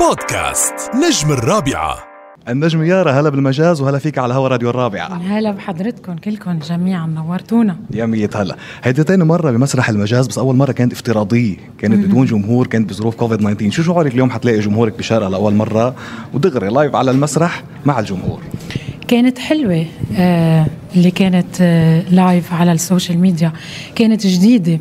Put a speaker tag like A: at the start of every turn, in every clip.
A: بودكاست نجم الرابعه
B: النجم يارا هلا بالمجاز وهلا فيك على هوا راديو الرابعة
C: هلا بحضرتكم كلكم جميعا نورتونا
B: يا مية هلا هيدي تاني مرة بمسرح المجاز بس أول مرة كانت افتراضية كانت بدون جمهور كانت بظروف كوفيد 19 شو شعورك اليوم حتلاقي جمهورك بالشارع لأول مرة ودغري لايف على المسرح مع الجمهور
C: كانت حلوة آه اللي كانت آه لايف على السوشيال ميديا كانت جديدة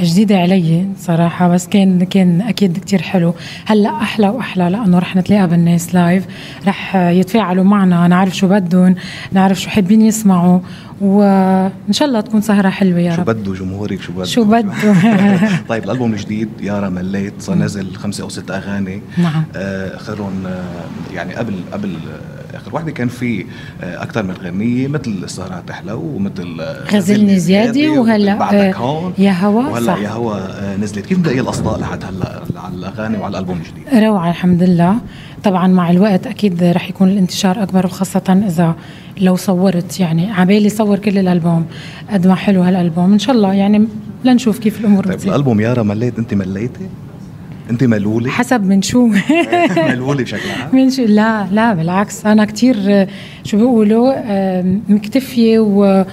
C: جديدة علي صراحة بس كان كان أكيد كتير حلو هلا أحلى وأحلى لأنه رح نتلاقى بالناس لايف رح يتفاعلوا معنا نعرف شو بدهم نعرف شو حابين يسمعوا وإن شاء الله تكون سهرة حلوة يا
B: شو
C: رب
B: بده جمهورك شو بده
C: شو بده
B: طيب الألبوم الجديد يارا مليت صار نازل خمسة أو ست أغاني
C: نعم.
B: آه، آخرهم آه، يعني قبل قبل آه، آخر واحدة كان في آه، أكثر من غنية مثل السهرة تحلى ومثل آه،
C: غزلني زيادة وهلا
B: بعدك
C: آه،
B: هون
C: يا هوا
B: وهلا
C: صح.
B: يا هوا آه، نزلت كيف ملاقي الاصداء لحد هلا على الاغاني وعلى الالبوم الجديد
C: روعة الحمد لله طبعا مع الوقت أكيد رح يكون الانتشار أكبر وخاصة إذا لو صورت يعني عبالي صور كل الألبوم قد ما حلو هالألبوم إن شاء الله يعني لنشوف كيف الأمور
B: طيب
C: بتصير.
B: الالبوم يارا مليت انت مليتي انت ملوله
C: حسب من شو
B: ملوله بشكل عام
C: من شو لا لا بالعكس أنا كتير شو بيقولوا آم، مكتفية و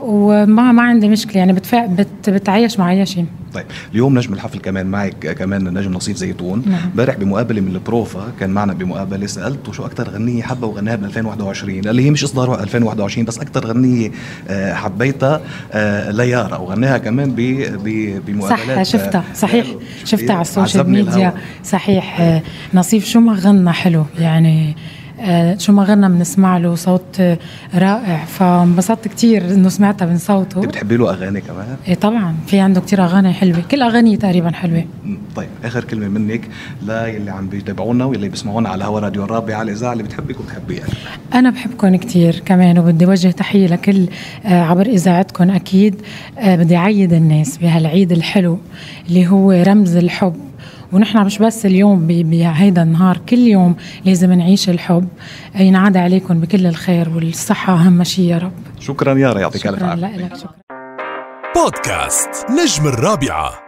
C: وما ما عندي مشكله يعني بتفا... بت... بتعايش مع اي شيء
B: طيب اليوم نجم الحفل كمان معك آه، كمان نجم نصيف زيتون
C: نعم.
B: امبارح بمقابله من البروفا كان معنا بمقابله سالته شو اكثر غنيه حبه وغناها بال 2021 قال لي هي مش اصدار 2021 بس اكثر غنيه آه، حبيتها آه، ليارا وغناها كمان ب ب- بمقابلات
C: صح
B: آه،
C: شفتها صحيح
B: قالوا
C: شفتها على السوشيال
B: عذبني
C: ميديا
B: الهوى.
C: صحيح آه، نصيف شو ما غنى حلو يعني آه، شو ما غنى بنسمع له صوت آه، رائع فانبسطت كتير انه سمعتها من صوته
B: انت بتحبي له اغاني كمان
C: إيه طبعا في عنده كتير اغاني حلوه كل اغانيه تقريبا حلوه
B: مم، طيب اخر كلمه منك لا يلي عم بيتابعونا واللي بيسمعونا على هوا راديو الرابع على الاذاعه اللي بتحبك وبتحبيها
C: أنا بحبكم كتير كمان وبدي وجه تحية لكل آه، عبر إذاعتكم أكيد آه، بدي أعيد الناس بهالعيد الحلو اللي هو رمز الحب ونحن مش بس اليوم ب- بهيدا النهار كل يوم لازم نعيش الحب آه، ينعاد عليكم بكل الخير والصحة أهم شيء يا رب
B: شكرا يارا يعطيك الف
C: شكرا
B: عافيه
C: لك شكرا
A: بودكاست نجم الرابعه